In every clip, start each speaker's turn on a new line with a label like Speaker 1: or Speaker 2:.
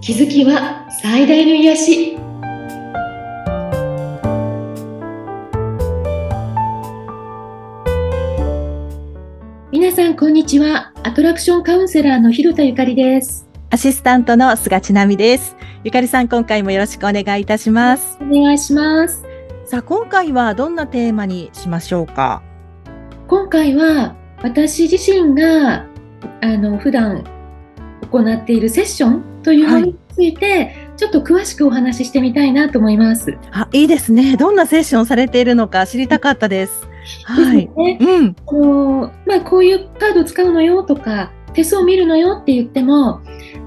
Speaker 1: 気づきは最大の癒し皆さんこんにちはアトラクションカウンセラーの広田ゆかりです
Speaker 2: アシスタントの菅千奈美です。ゆかりさん、今回もよろしくお願いいたします。
Speaker 1: お願いします
Speaker 2: さあ、今回はどんなテーマにしましょうか。
Speaker 1: 今回は私自身があの普段行っているセッションというものについて、ちょっと詳しくお話ししてみたいなと思います。
Speaker 2: あ、いいですね。どんなセッションをされているのか知りたかったです。はい
Speaker 1: で。すね
Speaker 2: うん。
Speaker 1: あのまあ、こういうカード使うのよとか手相見るのよって言っても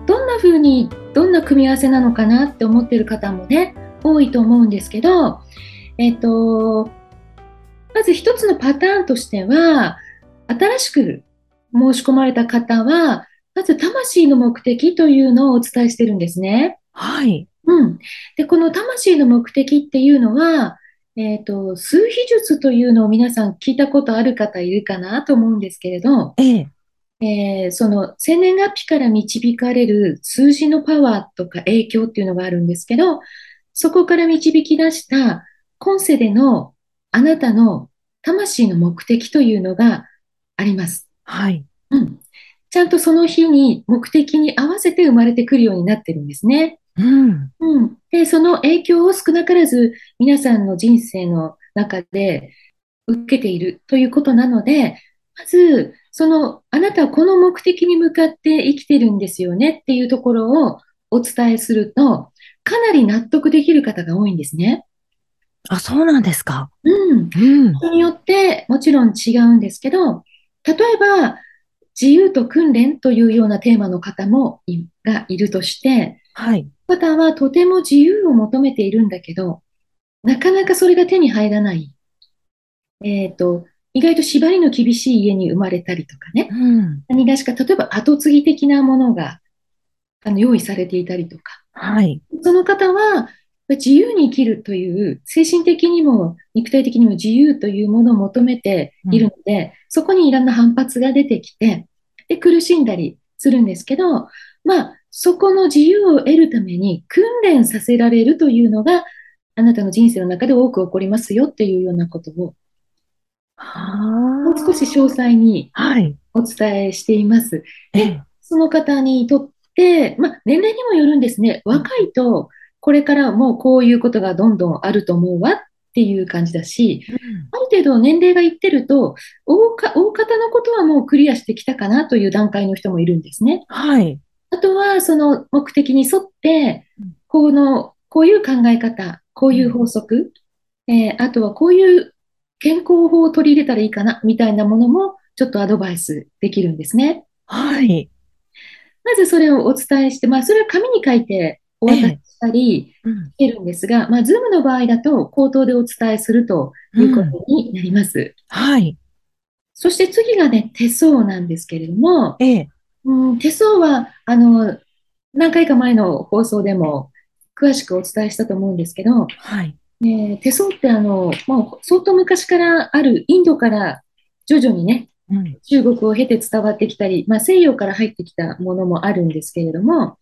Speaker 1: どんな風にどんな組み合わせなのかなって思ってる方もね多いと思うんですけど、えっとまず一つのパターンとしては新しく申し込まれた方はまず魂の目的というのをお伝えしてるんですね。
Speaker 2: はい。
Speaker 1: うん。で、この魂の目的っていうのは、えっと、数秘術というのを皆さん聞いたことある方いるかなと思うんですけれど、
Speaker 2: ええ。
Speaker 1: えーその生年月日から導かれる数字のパワーとか影響っていうのがあるんですけど、そこから導き出した今世でのあなたの魂の目的というのがあります。
Speaker 2: はい。
Speaker 1: うん。ちゃんとその日に目的に合わせて生まれてくるようになってるんですね。
Speaker 2: うん。
Speaker 1: うん。で、その影響を少なからず皆さんの人生の中で受けているということなので、まず、その、あなたはこの目的に向かって生きてるんですよねっていうところをお伝えすると、かなり納得できる方が多いんですね。
Speaker 2: あ、そうなんですか。
Speaker 1: うん。
Speaker 2: うん。
Speaker 1: 人によってもちろん違うんですけど、例えば、自由と訓練というようなテーマの方もい、がいるとして、
Speaker 2: はい。
Speaker 1: 方はとても自由を求めているんだけど、なかなかそれが手に入らない。えっと、意外と縛りの厳しい家に生まれたりとかね。
Speaker 2: うん。
Speaker 1: 何がしか、例えば後継ぎ的なものが、あの、用意されていたりとか。
Speaker 2: はい。
Speaker 1: その方は、自由に生きるという、精神的にも肉体的にも自由というものを求めているので、そこにいろんな反発が出てきて、で、苦しんだりするんですけど、まあ、そこの自由を得るために訓練させられるというのが、あなたの人生の中で多く起こりますよっていうようなことを、も
Speaker 2: は
Speaker 1: う少し詳細に
Speaker 2: あ。はい。
Speaker 1: お伝えしています。
Speaker 2: ええ。
Speaker 1: その方にとって、まあ、年齢にもよるんですね。若いと、これからもうこういうことがどんどんあると思うわっていう感じだし、
Speaker 2: うん
Speaker 1: ある程度年齢がいってると、大か、大方のことはもうクリアしてきたかなという段階の人もいるんですね。
Speaker 2: はい。
Speaker 1: あとは、その目的に沿って
Speaker 2: うん、
Speaker 1: この、こういう考え方、こういう法則、えーあとはこういう健康法を取り入れたらいいかな、みたいなものも、ちょっとアドバイスできるんですね。
Speaker 2: はい。
Speaker 1: まずそれをお伝えして、まあ、それは紙に書いてお渡ししたり
Speaker 2: うん。
Speaker 1: してるんですが、まあ、ズームの場合だと口頭でお伝えするというこ
Speaker 2: うん
Speaker 1: とになります。
Speaker 2: はい。
Speaker 1: そして次がね、手相なんですけれども、
Speaker 2: ええ。
Speaker 1: うん、手相は、あの、何回か前の放送でも詳しくお伝えしたと思うんですけど、
Speaker 2: はい。
Speaker 1: えー手相ってあの、もう相当昔からあるインドから徐々にね、
Speaker 2: うん。
Speaker 1: 中国を経て伝わってきたり、まあ、西洋から入ってきたものもあるんですけれども、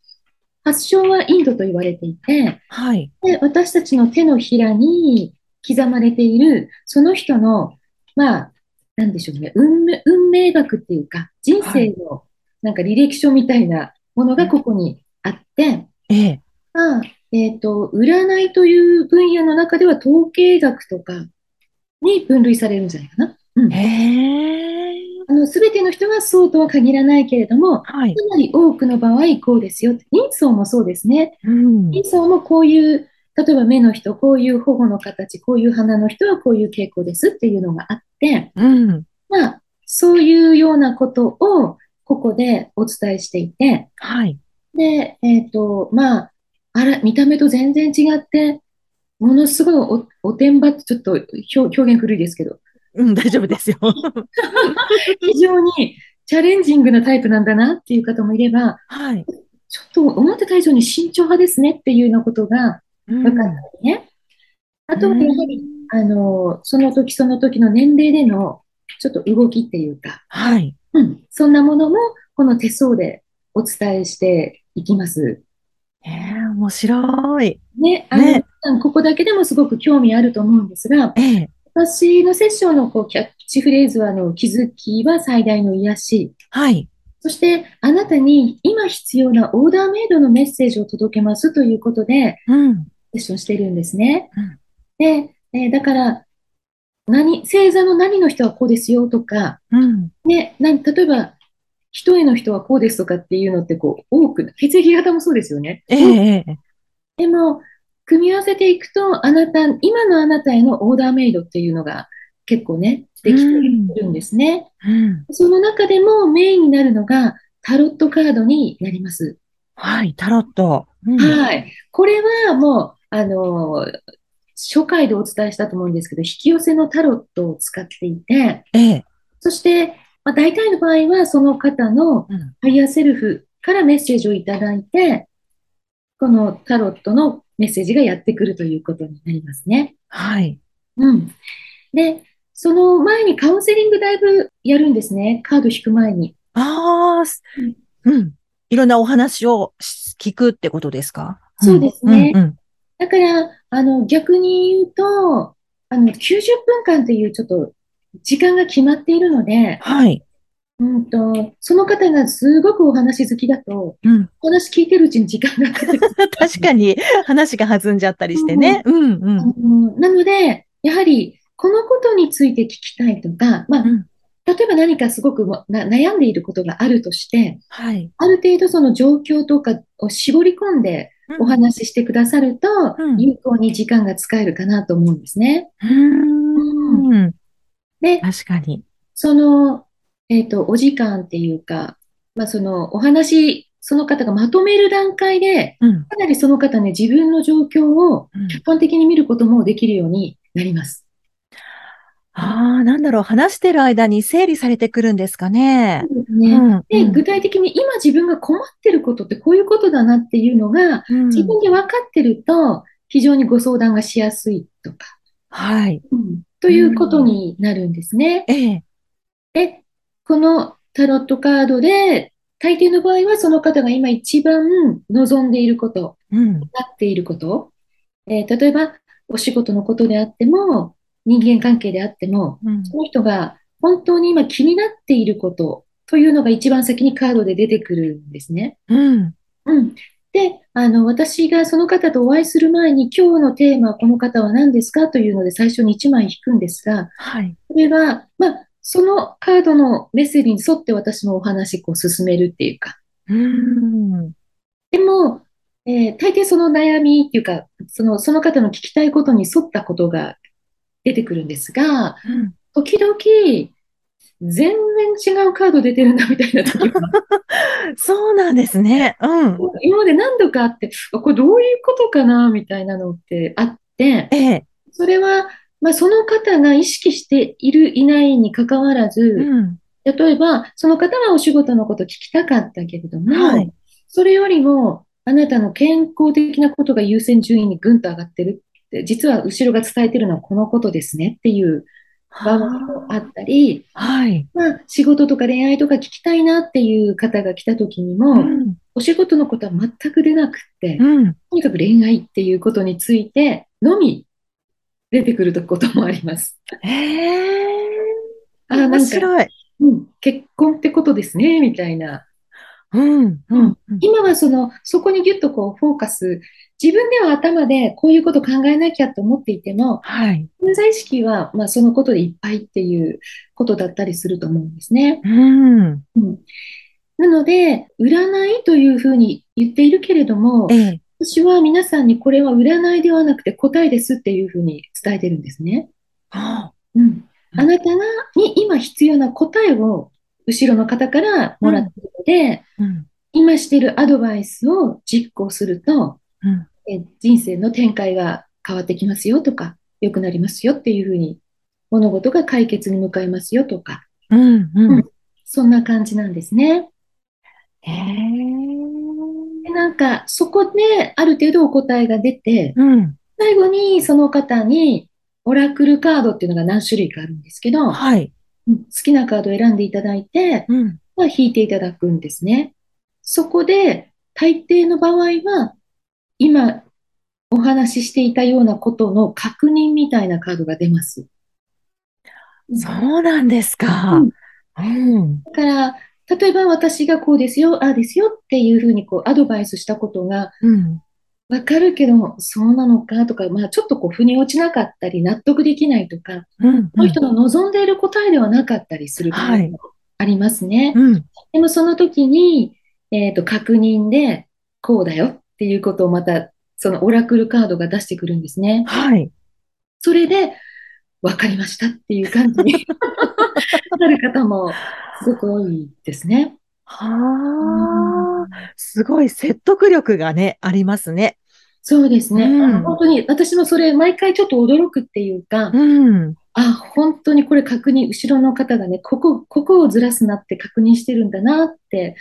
Speaker 1: 発祥はインドと言われていて、
Speaker 2: はい。
Speaker 1: で私たちの手のひらに刻まれている、その人の、まあ、なんでしょうね、運命、運命学っていうか、人生のなんか履歴書みたいなものがここにあって、
Speaker 2: ええ。
Speaker 1: まあ、えっと、占いという分野の中では統計学とかに分類されるんじゃないかな。うん
Speaker 2: へえ。
Speaker 1: あの、すべての人がそうとは限らないけれども、か
Speaker 2: はい。
Speaker 1: なり多くの場合、こうですよ。人相もそうですね。
Speaker 2: うん
Speaker 1: 人相もこういう、例えば目の人、こういう頬の形、こういう鼻の人はこういう傾向ですっていうのがあって、
Speaker 2: うん。
Speaker 1: まあ、そういうようなことをここでお伝えしていて、
Speaker 2: はい。
Speaker 1: で、えっと、まあ、あら、見た目と全然違って、ものすごいお、おてんばって、ちょっと表、表現古いですけど、
Speaker 2: うん、大丈夫ですよ。
Speaker 1: 非常にチャレンジングなタイプなんだなっていう方もいれば、
Speaker 2: はい。
Speaker 1: ちょっと思ってた以上に慎重派ですねっていうようなことが
Speaker 2: うん
Speaker 1: 分かったりね。あとはやはり、
Speaker 2: うん
Speaker 1: あの、その時その時の年齢でのちょっと動きっていうか、
Speaker 2: はい。
Speaker 1: うん、そんなものもこの手相でお伝えしていきます。
Speaker 2: へ面白い。
Speaker 1: ね、あの、
Speaker 2: ね
Speaker 1: 皆さんここだけでもすごく興味あると思うんですが、
Speaker 2: ええ。
Speaker 1: 私のセッションのこうキャッチフレーズはあの、気づきは最大の癒し。
Speaker 2: はい。
Speaker 1: そして、あなたに今必要なオーダーメイドのメッセージを届けますということで、
Speaker 2: うん。
Speaker 1: セッションしてるんですね
Speaker 2: うん。
Speaker 1: で、えーだから、何、星座の何の人はこうですよとか、
Speaker 2: うん。
Speaker 1: ね、なん、例えば、一重の人はこうですとかっていうのってこう、多く、血液型もそうですよね。
Speaker 2: ええええ。
Speaker 1: でも、組み合わせていくと、あなた、今のあなたへのオーダーメイドっていうのが結構ね、できてるんですね。
Speaker 2: うん。
Speaker 1: その中でもメインになるのがタロットカードになります。
Speaker 2: はい。タロット。うん
Speaker 1: はい。これはもう、あのー初回でお伝えしたと思うんですけど、引き寄せのタロットを使っていて、
Speaker 2: ええ。
Speaker 1: そして、まあ、大体の場合はその方の
Speaker 2: うん
Speaker 1: ハイヤーセルフからメッセージをいただいて、このタロットのメッセージがやってくるということになりますね。
Speaker 2: はい。
Speaker 1: うん。で、その前にカウンセリングだいぶやるんですね。カード引く前に。
Speaker 2: ああ、すうん。いろんなお話をし聞くってことですか
Speaker 1: そうですね
Speaker 2: うんうん
Speaker 1: だから、あの、逆に言うと、あの、90分間というちょっと時間が決まっているので、
Speaker 2: はい。
Speaker 1: うんと、その方がすごくお話好きだと、
Speaker 2: うん。
Speaker 1: お話聞いてるうちに時間がかかってくる。
Speaker 2: 確かに話が弾んじゃったりしてね。うんうん。
Speaker 1: あのなので、やはり、このことについて聞きたいとか、まあ
Speaker 2: うん、
Speaker 1: 例えば何かすごくな悩んでいることがあるとして、
Speaker 2: はい。
Speaker 1: ある程度その状況とかを絞り込んでお話ししてくださると
Speaker 2: う、ん
Speaker 1: 有効に時間が使えるかなと思うんですね。
Speaker 2: うーん。
Speaker 1: で、
Speaker 2: 確かに。
Speaker 1: その、えっと、お時間っていうか、まあ、その、お話、その方がまとめる段階で、
Speaker 2: うん。
Speaker 1: かなりその方ね、自分の状況を
Speaker 2: うん
Speaker 1: 客観的に見ることもできるようになります。
Speaker 2: ああ、なんだろう。話してる間に整理されてくるんですかね。
Speaker 1: ね
Speaker 2: うん
Speaker 1: で、具体的に今自分が困ってることってこういうことだなっていうのが、
Speaker 2: うん
Speaker 1: 自分で分かってると、非常にご相談がしやすいとか、
Speaker 2: はい。
Speaker 1: ということになるんですね。
Speaker 2: ええ。
Speaker 1: で、このタロットカードで、大抵の場合はその方が今一番望んでいること、
Speaker 2: う
Speaker 1: な
Speaker 2: ん。
Speaker 1: っていること、えー例えばお仕事のことであっても、人間関係であっても、
Speaker 2: うん
Speaker 1: その人が本当に今気になっていることというのが一番先にカードで出てくるんですね。
Speaker 2: うん。
Speaker 1: うん。で、あの、私がその方とお会いする前に、今日のテーマ、この方は何ですかというので最初に1枚引くんですが、
Speaker 2: はい。
Speaker 1: これは、まあ、そのカードのメッセージに沿って私もお話、こう、進めるっていうか、
Speaker 2: うん。
Speaker 1: でも、えー大抵その悩みっていうか、その、その方の聞きたいことに沿ったことが出てくるんですが、
Speaker 2: うん
Speaker 1: 時々、全然違うカード出てるなみたいな時が
Speaker 2: そうなんですね。うん。
Speaker 1: 今まで何度かあって、あこれどういうことかなみたいなのってあって、
Speaker 2: ええ。
Speaker 1: それは、まあ、その方が意識している、いないに関わらず、
Speaker 2: うん。
Speaker 1: 例えば、その方はお仕事のこと聞きたかったけれど
Speaker 2: は
Speaker 1: も
Speaker 2: い、
Speaker 1: それよりも、あなたの健康的なことが優先順位にぐんと上がってるって、実は後ろが伝えてるのはこのことですねっていう場合もあったり、
Speaker 2: はい。
Speaker 1: まあ、仕事とか恋愛とか聞きたいなっていう方が来た時に
Speaker 2: う
Speaker 1: も、
Speaker 2: ん。
Speaker 1: お仕事のことは全く出なくって、
Speaker 2: うん。
Speaker 1: とにかく恋愛っていうことについてのみ出てくることもあります。
Speaker 2: ええ。
Speaker 1: あー、な
Speaker 2: 面
Speaker 1: んか、
Speaker 2: 白い。
Speaker 1: うん、結婚ってことですね、みたいな。
Speaker 2: うん。うん。うん
Speaker 1: 今はその、そこにギュッとこうフォーカス、自分では頭でこういうこと考えなきゃと思っていても、
Speaker 2: はい。
Speaker 1: 潜在意識はまあそのことでいっぱいっていうことだったりすると思うんですね。
Speaker 2: うん。
Speaker 1: うん、なので、占いというふうに言っているけれども
Speaker 2: え、え。
Speaker 1: 私は皆さんにこれは占いではなくて答えですっていうふうに伝えてるんですね。
Speaker 2: あ
Speaker 1: うん、あなたがに今必要な答えを後ろの方からもらっているので、
Speaker 2: あ。うん。
Speaker 1: 今してるアドバイスを実行すると、
Speaker 2: うん
Speaker 1: え人生の展開が変わってきますよとか、良くなりますよっていうふうに、物事が解決に向かいますよとか、
Speaker 2: うん。うん。
Speaker 1: そんな感じなんですね。
Speaker 2: ええ。
Speaker 1: でなんか、そこである程度お答えが出て、
Speaker 2: うん。
Speaker 1: 最後にその方に、オラクルカードっていうのが何種類かあるんですけど、
Speaker 2: はい。
Speaker 1: うん好きなカードを選んでいただいて、
Speaker 2: うん。
Speaker 1: は引いていただくんですね。そこで、大抵の場合は、今お話ししていたようなことの確認みたいなカードが出ます。
Speaker 2: そうなんですか。うん。
Speaker 1: だから、例えば私がこうですよ、ああですよっていうふうにこうアドバイスしたことが
Speaker 2: うん。
Speaker 1: わかるけど、そうなのかとか、まあちょっとこう腑に落ちなかったり、納得できないとか、
Speaker 2: うん。
Speaker 1: この人の望んでいる答えではなかったりする場合もありますね。
Speaker 2: うん。
Speaker 1: でもその時に、えっと、確認で、こうだよっていうことをまた、そのオラクルカードが出してくるんですね。
Speaker 2: はい。
Speaker 1: それで、わかりましたっていう感じに なる方もすごく多いですね。
Speaker 2: はあ。すごい説得力がね、ありますね。
Speaker 1: そうですね。
Speaker 2: うん
Speaker 1: あの本当に私もそれ毎回ちょっと驚くっていうか、
Speaker 2: うん。
Speaker 1: あ、本当にこれ確認、後ろの方がね、ここ、ここをずらすなって確認してるんだなって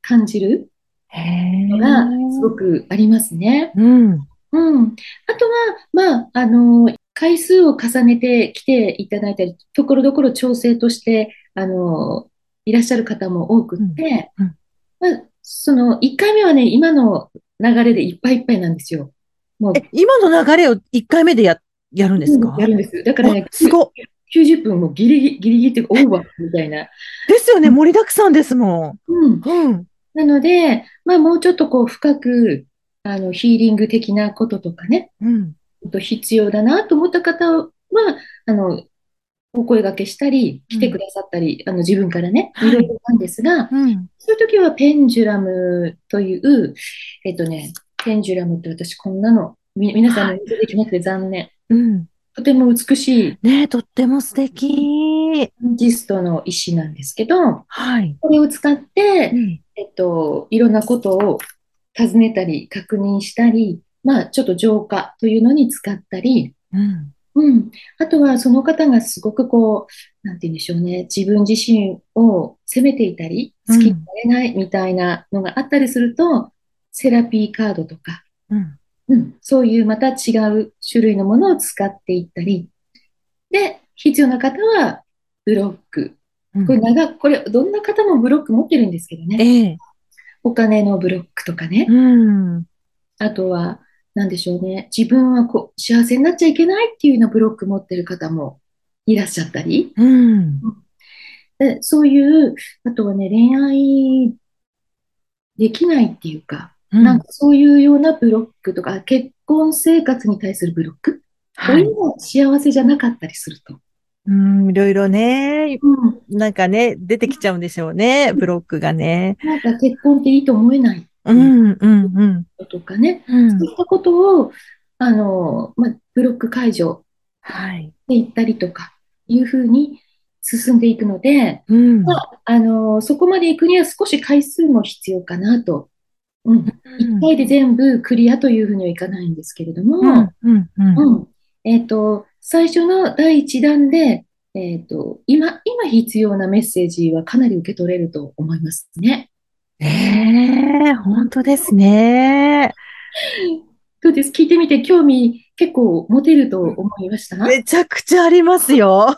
Speaker 1: 感じる
Speaker 2: へえ
Speaker 1: のがすごくありますね。
Speaker 2: うん。
Speaker 1: うん。あとは、まあ、あの、回数を重ねて来ていただいたり、ところどころ調整として、あの、いらっしゃる方も多くって、
Speaker 2: うん
Speaker 1: まあ、その、1回目はね、今の流れでいっぱいいっぱいなんですよ。もう、
Speaker 2: え、今の流れを1回目でや、やるんですか
Speaker 1: うんやるんです。だからね
Speaker 2: あ、すごい。
Speaker 1: 90分もギリギリ、ギリギリっていうか、オーバー みたいな。
Speaker 2: ですよね。盛りだくさんですも
Speaker 1: うん。
Speaker 2: ん。うん。
Speaker 1: なので、まあ、もうちょっとこう、深く、あの、ヒーリング的なこととかね、
Speaker 2: う
Speaker 1: ち
Speaker 2: ん。
Speaker 1: ょっと必要だなと思った方は、あの、お声掛けしたり、来てくださったり、あの、自分からね、
Speaker 2: はい
Speaker 1: いろいろなんですが、
Speaker 2: うん。
Speaker 1: そういう時はペンジュラムという、えっとね、ペンジュラムって私こんなの、み、皆さん
Speaker 2: は
Speaker 1: の見せできなくて残念。
Speaker 2: うん。
Speaker 1: とても美しい
Speaker 2: ねえ、とっても素敵。
Speaker 1: ジストの石なんですけど、
Speaker 2: はい。
Speaker 1: これを使って、
Speaker 2: ん。
Speaker 1: えっと、いろんなことを尋ねたり、確認したり、まあ、ちょっと浄化というのに使ったり、
Speaker 2: うん。
Speaker 1: うん。あとは、その方がすごくこう、なんて言うんでしょうね、自分自身を責めていたり、
Speaker 2: う
Speaker 1: 好
Speaker 2: ん
Speaker 1: きになれないみたいなのがあったりすると、セラピーカードとか、
Speaker 2: うん。
Speaker 1: うん、そういうまた違う種類のものを使っていったり、で、必要な方は、ブロック。
Speaker 2: うん
Speaker 1: これ長、これ、どんな方もブロック持ってるんですけどね。
Speaker 2: ええ。
Speaker 1: お金のブロックとかね。
Speaker 2: うん。
Speaker 1: あとは、なんでしょうね。自分はこう、幸せになっちゃいけないっていうようなブロック持ってる方もいらっしゃったり。
Speaker 2: うん。
Speaker 1: で、そういう、あとはね、恋愛できないっていうか、なんかそういうようなブロックとか、結婚生活に対するブロック、
Speaker 2: は
Speaker 1: こうい
Speaker 2: い。
Speaker 1: うのは幸せじゃなかったりすると。
Speaker 2: うん。いろいろね、なんかね、出てきちゃうんでしょうね。ブロックがね。
Speaker 1: なんか結婚っていいと思えない
Speaker 2: うん。うん。
Speaker 1: とかね、
Speaker 2: うん。う
Speaker 1: そういったことを、あの、まあ、ブロック解除
Speaker 2: はい。
Speaker 1: で行ったりとか、いうふうに進んでいくので、
Speaker 2: うん。
Speaker 1: まあ、あのそこまで行くには少し回数も必要かなと。うん。1回で全部クリアというふうにはいかないんですけれども、
Speaker 2: うん。うん。
Speaker 1: うん。えっと、最初の第1弾で、えっと、今、今必要なメッセージはかなり受け取れると思いますね。
Speaker 2: ええ、本当ですね。
Speaker 1: どうです聞いてみて興味結構持てると思いました
Speaker 2: めちゃくちゃありますよ。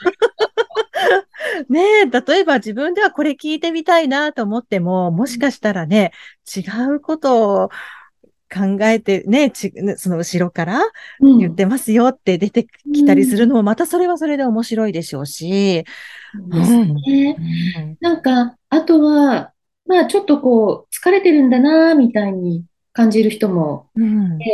Speaker 2: ねえ、例えば自分ではこれ聞いてみたいなと思っても、もしかしたらね、違うことを考えてね、ちねその後ろから
Speaker 1: うん
Speaker 2: 言ってますよって出てきたりするのも、またそれはそれで面白いでしょうし。
Speaker 1: そうですね。
Speaker 2: うん
Speaker 1: なんか、あとは、まあちょっとこう、疲れてるんだな、みたいに感じる人も
Speaker 2: うん
Speaker 1: で、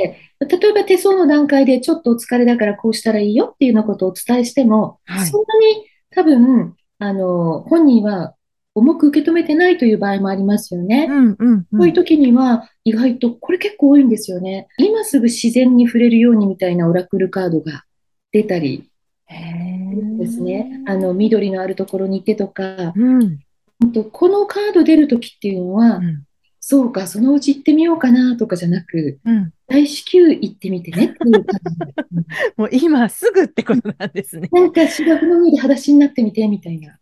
Speaker 1: 例えば手相の段階でちょっとお疲れだからこうしたらいいよっていうようなことをお伝えしても、
Speaker 2: はい
Speaker 1: そんなに多分、あの、本人は重く受け止めてないという場合もありますよね。
Speaker 2: うんうん
Speaker 1: こういう時には意外とこれ結構多いんですよね。今すぐ自然に触れるようにみたいなオラクルカードが出たりですね。あの、緑のあるところに行ってとか、
Speaker 2: うん
Speaker 1: ほんとこのカード出る時っていうのは、
Speaker 2: うん
Speaker 1: そうか、そのうち行ってみようかなとかじゃなく、
Speaker 2: うん
Speaker 1: 大至急行ってみてねっていう感じ。うん
Speaker 2: もう今すぐってことなんですね。
Speaker 1: なんか芝生の上で裸足になってみてみたいな。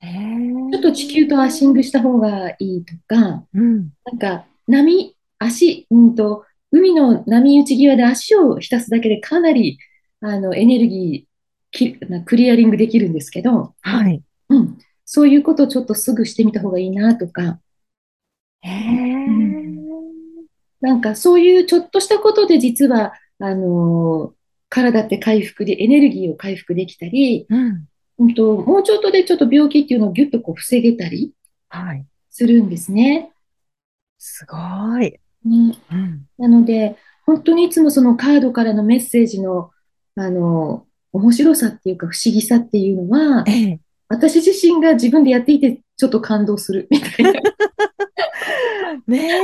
Speaker 1: ちょっと地球とアシングした方がいいとか、
Speaker 2: うん
Speaker 1: なんか波、足、うんと、海の波打ち際で足を浸すだけでかなりあのエネルギーきなクリアリングできるんですけど、
Speaker 2: はい。
Speaker 1: うん、そういうことをちょっとすぐしてみた方がいいなとか、
Speaker 2: へー
Speaker 1: なんかそういうちょっとしたことで実は、あのー体って回復で、エネルギーを回復できたり、
Speaker 2: うん。
Speaker 1: うんと、もうちょっとでちょっと病気っていうのをギュッとこう防げたり
Speaker 2: はい。
Speaker 1: するんですね。
Speaker 2: すごい。
Speaker 1: うん
Speaker 2: うん。
Speaker 1: なので、本当にいつもそのカードからのメッセージの、あの、面白さっていうか不思議さっていうのは、
Speaker 2: ええ。
Speaker 1: 私自身が自分でやっていてちょっと感動するみたいな。
Speaker 2: ねえ。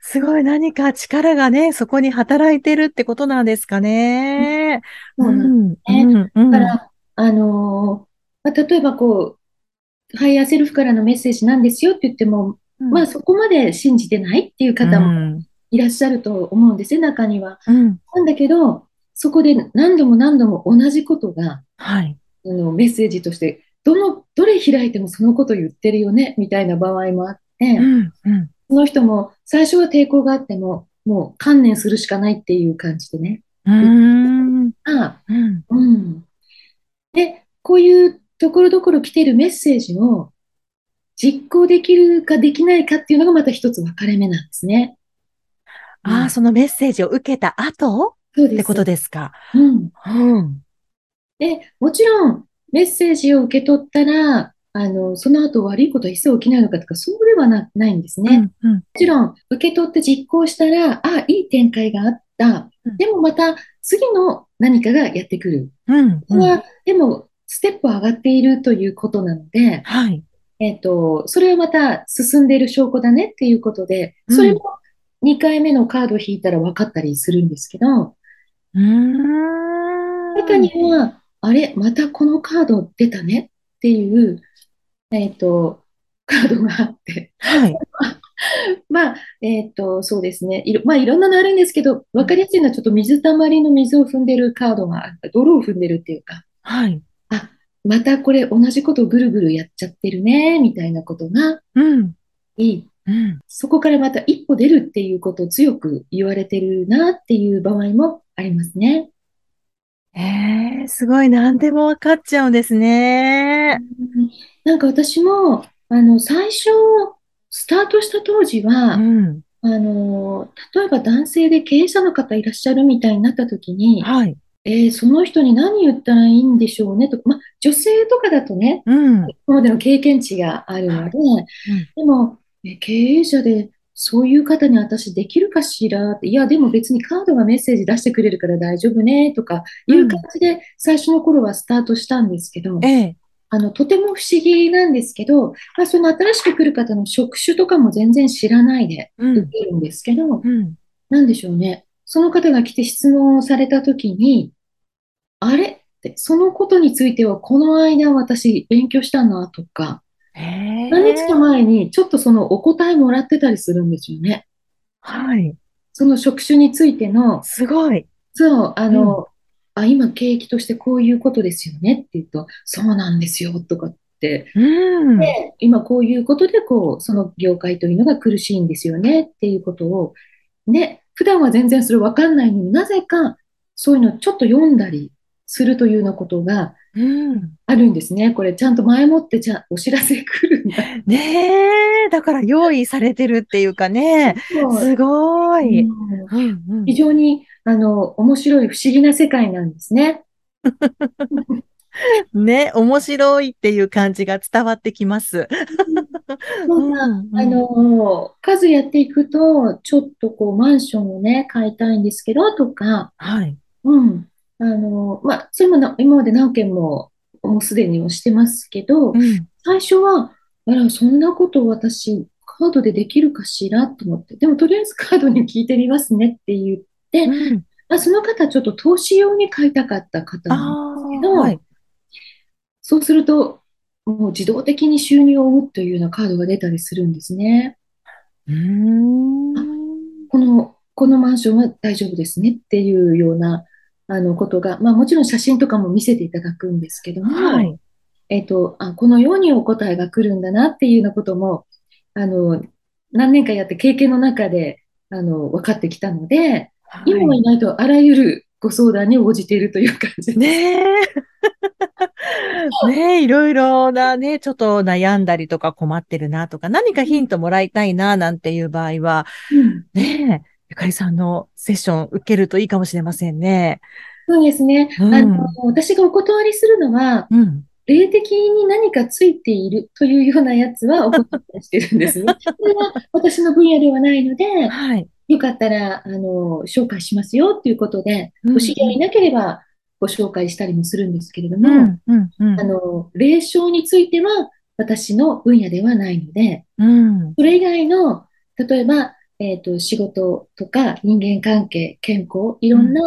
Speaker 2: すごい何か力がね、そこに働いてるってことなんですかね。。
Speaker 1: そうなんね
Speaker 2: うん。うん
Speaker 1: だから、あのーまあ、例えばこう、ハイヤーセルフからのメッセージなんですよって言っても、
Speaker 2: うん
Speaker 1: まあそこまで信じてないっていう方もいらっしゃると思うんですね、中には。
Speaker 2: うん。うん。
Speaker 1: なんだけど、そこで何度も何度も同じことが、
Speaker 2: はい。
Speaker 1: あのメッセージとして、どの、どれ開いてもそのこと言ってるよね、みたいな場合もあって、
Speaker 2: うん。うん。
Speaker 1: その人も最初は抵抗があっても、もう観念するしかないっていう感じでね。
Speaker 2: うーん。
Speaker 1: ああ、
Speaker 2: うん。
Speaker 1: うん。で、こういうところどころ来てるメッセージを実行できるかできないかっていうのがまた一つ分かれ目なんですね。
Speaker 2: あ
Speaker 1: う
Speaker 2: あ、
Speaker 1: ん
Speaker 2: そのメッセージを受けた後
Speaker 1: そう
Speaker 2: っ
Speaker 1: で
Speaker 2: て
Speaker 1: す。
Speaker 2: ことですか。
Speaker 1: うん。
Speaker 2: うん。
Speaker 1: で、もちろん、メッセージを受け取ったら、あの、その後悪いことは一切起きないのかとか、そうではな、ないんですね。も
Speaker 2: うん。
Speaker 1: ちろん、受け取って実行したら、ああ、いい展開があった
Speaker 2: うん。
Speaker 1: でもまた、次の何かがやってくる。
Speaker 2: うん。
Speaker 1: これは、でも、ステップは上がっているということなので、
Speaker 2: はい。
Speaker 1: えっと、それはまた進んでいる証拠だねっていうことで、
Speaker 2: うん
Speaker 1: それも2回目のカードを引いたら分かったりするんですけど、
Speaker 2: うーん。
Speaker 1: 中には、あれ、またこのカード出たねっていう、えっと、カードがあって、
Speaker 2: はい。
Speaker 1: まあ、えっと、そうですね、いろ、まあ、いろんなのあるんですけど、分かりやすいのはちょっと水たまりの水を踏んでるカードが、泥を踏んでるっていうか、
Speaker 2: はい。
Speaker 1: またこれ同じことをぐるぐるやっちゃってるね、みたいなことが、
Speaker 2: うん。
Speaker 1: いい。
Speaker 2: うん。
Speaker 1: そこからまた一歩出るっていうことを強く言われてるなっていう場合もありますね。
Speaker 2: ええ、すごい。何でも分かっちゃうんですね。
Speaker 1: なんか私も、あの、最初、スタートした当時は、
Speaker 2: ん。
Speaker 1: あの、例えば男性で経営者の方いらっしゃるみたいになった時に、
Speaker 2: はい。
Speaker 1: えーその人に何言ったらいいんでしょうねとか、まあ、女性とかだとね、
Speaker 2: うん。
Speaker 1: ここまでの経験値があるので、でも、え経営者でそういう方に私できるかしらって、いや、でも別にカードがメッセージ出してくれるから大丈夫ねとかいう感じで最初の頃はスタートしたんですけど、
Speaker 2: ええ。
Speaker 1: あの、とても不思議なんですけど、まあ、その新しく来る方の職種とかも全然知らないで
Speaker 2: う
Speaker 1: 受
Speaker 2: ん。
Speaker 1: けるんですけど、
Speaker 2: うん。
Speaker 1: なんでしょうね。その方が来て質問をされたときに、あれって、そのことについてはこの間私勉強したなとか、
Speaker 2: ええ。
Speaker 1: 何日か前にちょっとそのお答えもらってたりするんですよね。
Speaker 2: はい。
Speaker 1: その職種についての、
Speaker 2: すごい。
Speaker 1: そう、あの、あ、今景気としてこういうことですよねって言うと、そうなんですよとかって、
Speaker 2: うん。
Speaker 1: で今こういうことでこう、その業界というのが苦しいんですよねっていうことを、ね、普段は全然それわかんないのになぜかそういうのをちょっと読んだりするというようなことが
Speaker 2: うん。
Speaker 1: あるんですね。これちゃんと前もってじゃあお知らせ来るんだ。
Speaker 2: ねえ。だから用意されてるっていうかね。すごい。
Speaker 1: うん
Speaker 2: うんうん
Speaker 1: 非常にあの面白い不思議な世界なんですね。
Speaker 2: ね、面白いっていう感じが伝わってきます。
Speaker 1: そんなあの数やっていくとちょっとこうマンションをね買いたいんですけどとか、
Speaker 2: はい。
Speaker 1: うんあのまあ、それもな今まで何件ももうすでに押してますけど
Speaker 2: うん
Speaker 1: 最初はあらそんなこと私カードでできるかしらと思ってでもとりあえずカードに聞いてみますねって言って、
Speaker 2: うん
Speaker 1: あ、その方ちょっと投資用に買いたかった方
Speaker 2: あ
Speaker 1: なの
Speaker 2: ー
Speaker 1: ど
Speaker 2: はい。
Speaker 1: そうすると、もう自動的に収入を生むというようなカードが出たりするんですね。
Speaker 2: うーん
Speaker 1: この、このマンションは大丈夫ですねっていうような、あの、ことが、まあもちろん写真とかも見せていただくんですけども、
Speaker 2: はい。
Speaker 1: えっと、あ、このようにお答えが来るんだなっていうようなことも、あの、何年かやって経験の中で、あの、分かってきたので、今
Speaker 2: は
Speaker 1: はい 意外とあらゆるご相談に応じているという感じです。
Speaker 2: ねえ。ねいろいろなね、ちょっと悩んだりとか困ってるなとか、何かヒントもらいたいななんていう場合は、
Speaker 1: うん
Speaker 2: ねえ、ゆかりさんのセッション受けるといいかもしれませんね。
Speaker 1: そうですね。
Speaker 2: うん
Speaker 1: あの、私がお断りするのは、
Speaker 2: うん。
Speaker 1: 霊的に何かついているというようなやつはお断りしてるんです ね。これは私の分野ではないので、
Speaker 2: はい。
Speaker 1: よかったら、あの、紹介しますよということで、
Speaker 2: うん
Speaker 1: お知り合いいなければご紹介したりもするんですけれど
Speaker 2: う
Speaker 1: も、
Speaker 2: ん、うん、うん
Speaker 1: あ。の、霊障については私の分野ではないので、
Speaker 2: うん。
Speaker 1: それ以外の、例えば、えっと、仕事とか人間関係、健康、いろんな、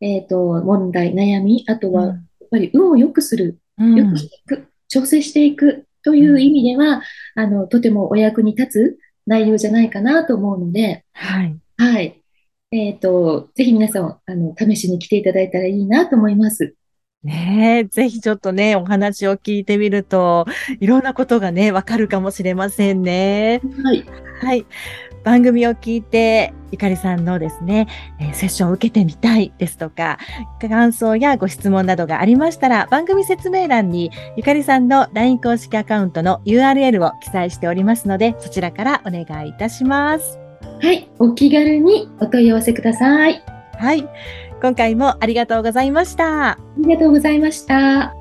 Speaker 1: えっと、問題、悩み、あとは、やっぱり運を良くする、
Speaker 2: うん
Speaker 1: 良くしていく、調整していくという意味では、あの、とてもお役に立つ内容じゃないかなと思うので、
Speaker 2: はい。
Speaker 1: はい。えっと、ぜひ皆さん、あの、試しに来ていただいたらいいなと思います。
Speaker 2: ねえ、ぜひちょっとね、お話を聞いてみると、いろんなことがね、わかるかもしれませんね。
Speaker 1: はい。
Speaker 2: はい。番組を聞いて、ゆかりさんのですね、えーセッションを受けてみたいですとか、感想やご質問などがありましたら、番組説明欄にゆかりさんの LINE 公式アカウントの URL を記載しておりますので、そちらからお願いいたします。
Speaker 1: はい。お気軽にお問い合わせください。あ
Speaker 2: はい。今回もありがとうございました。
Speaker 1: りがとうございました。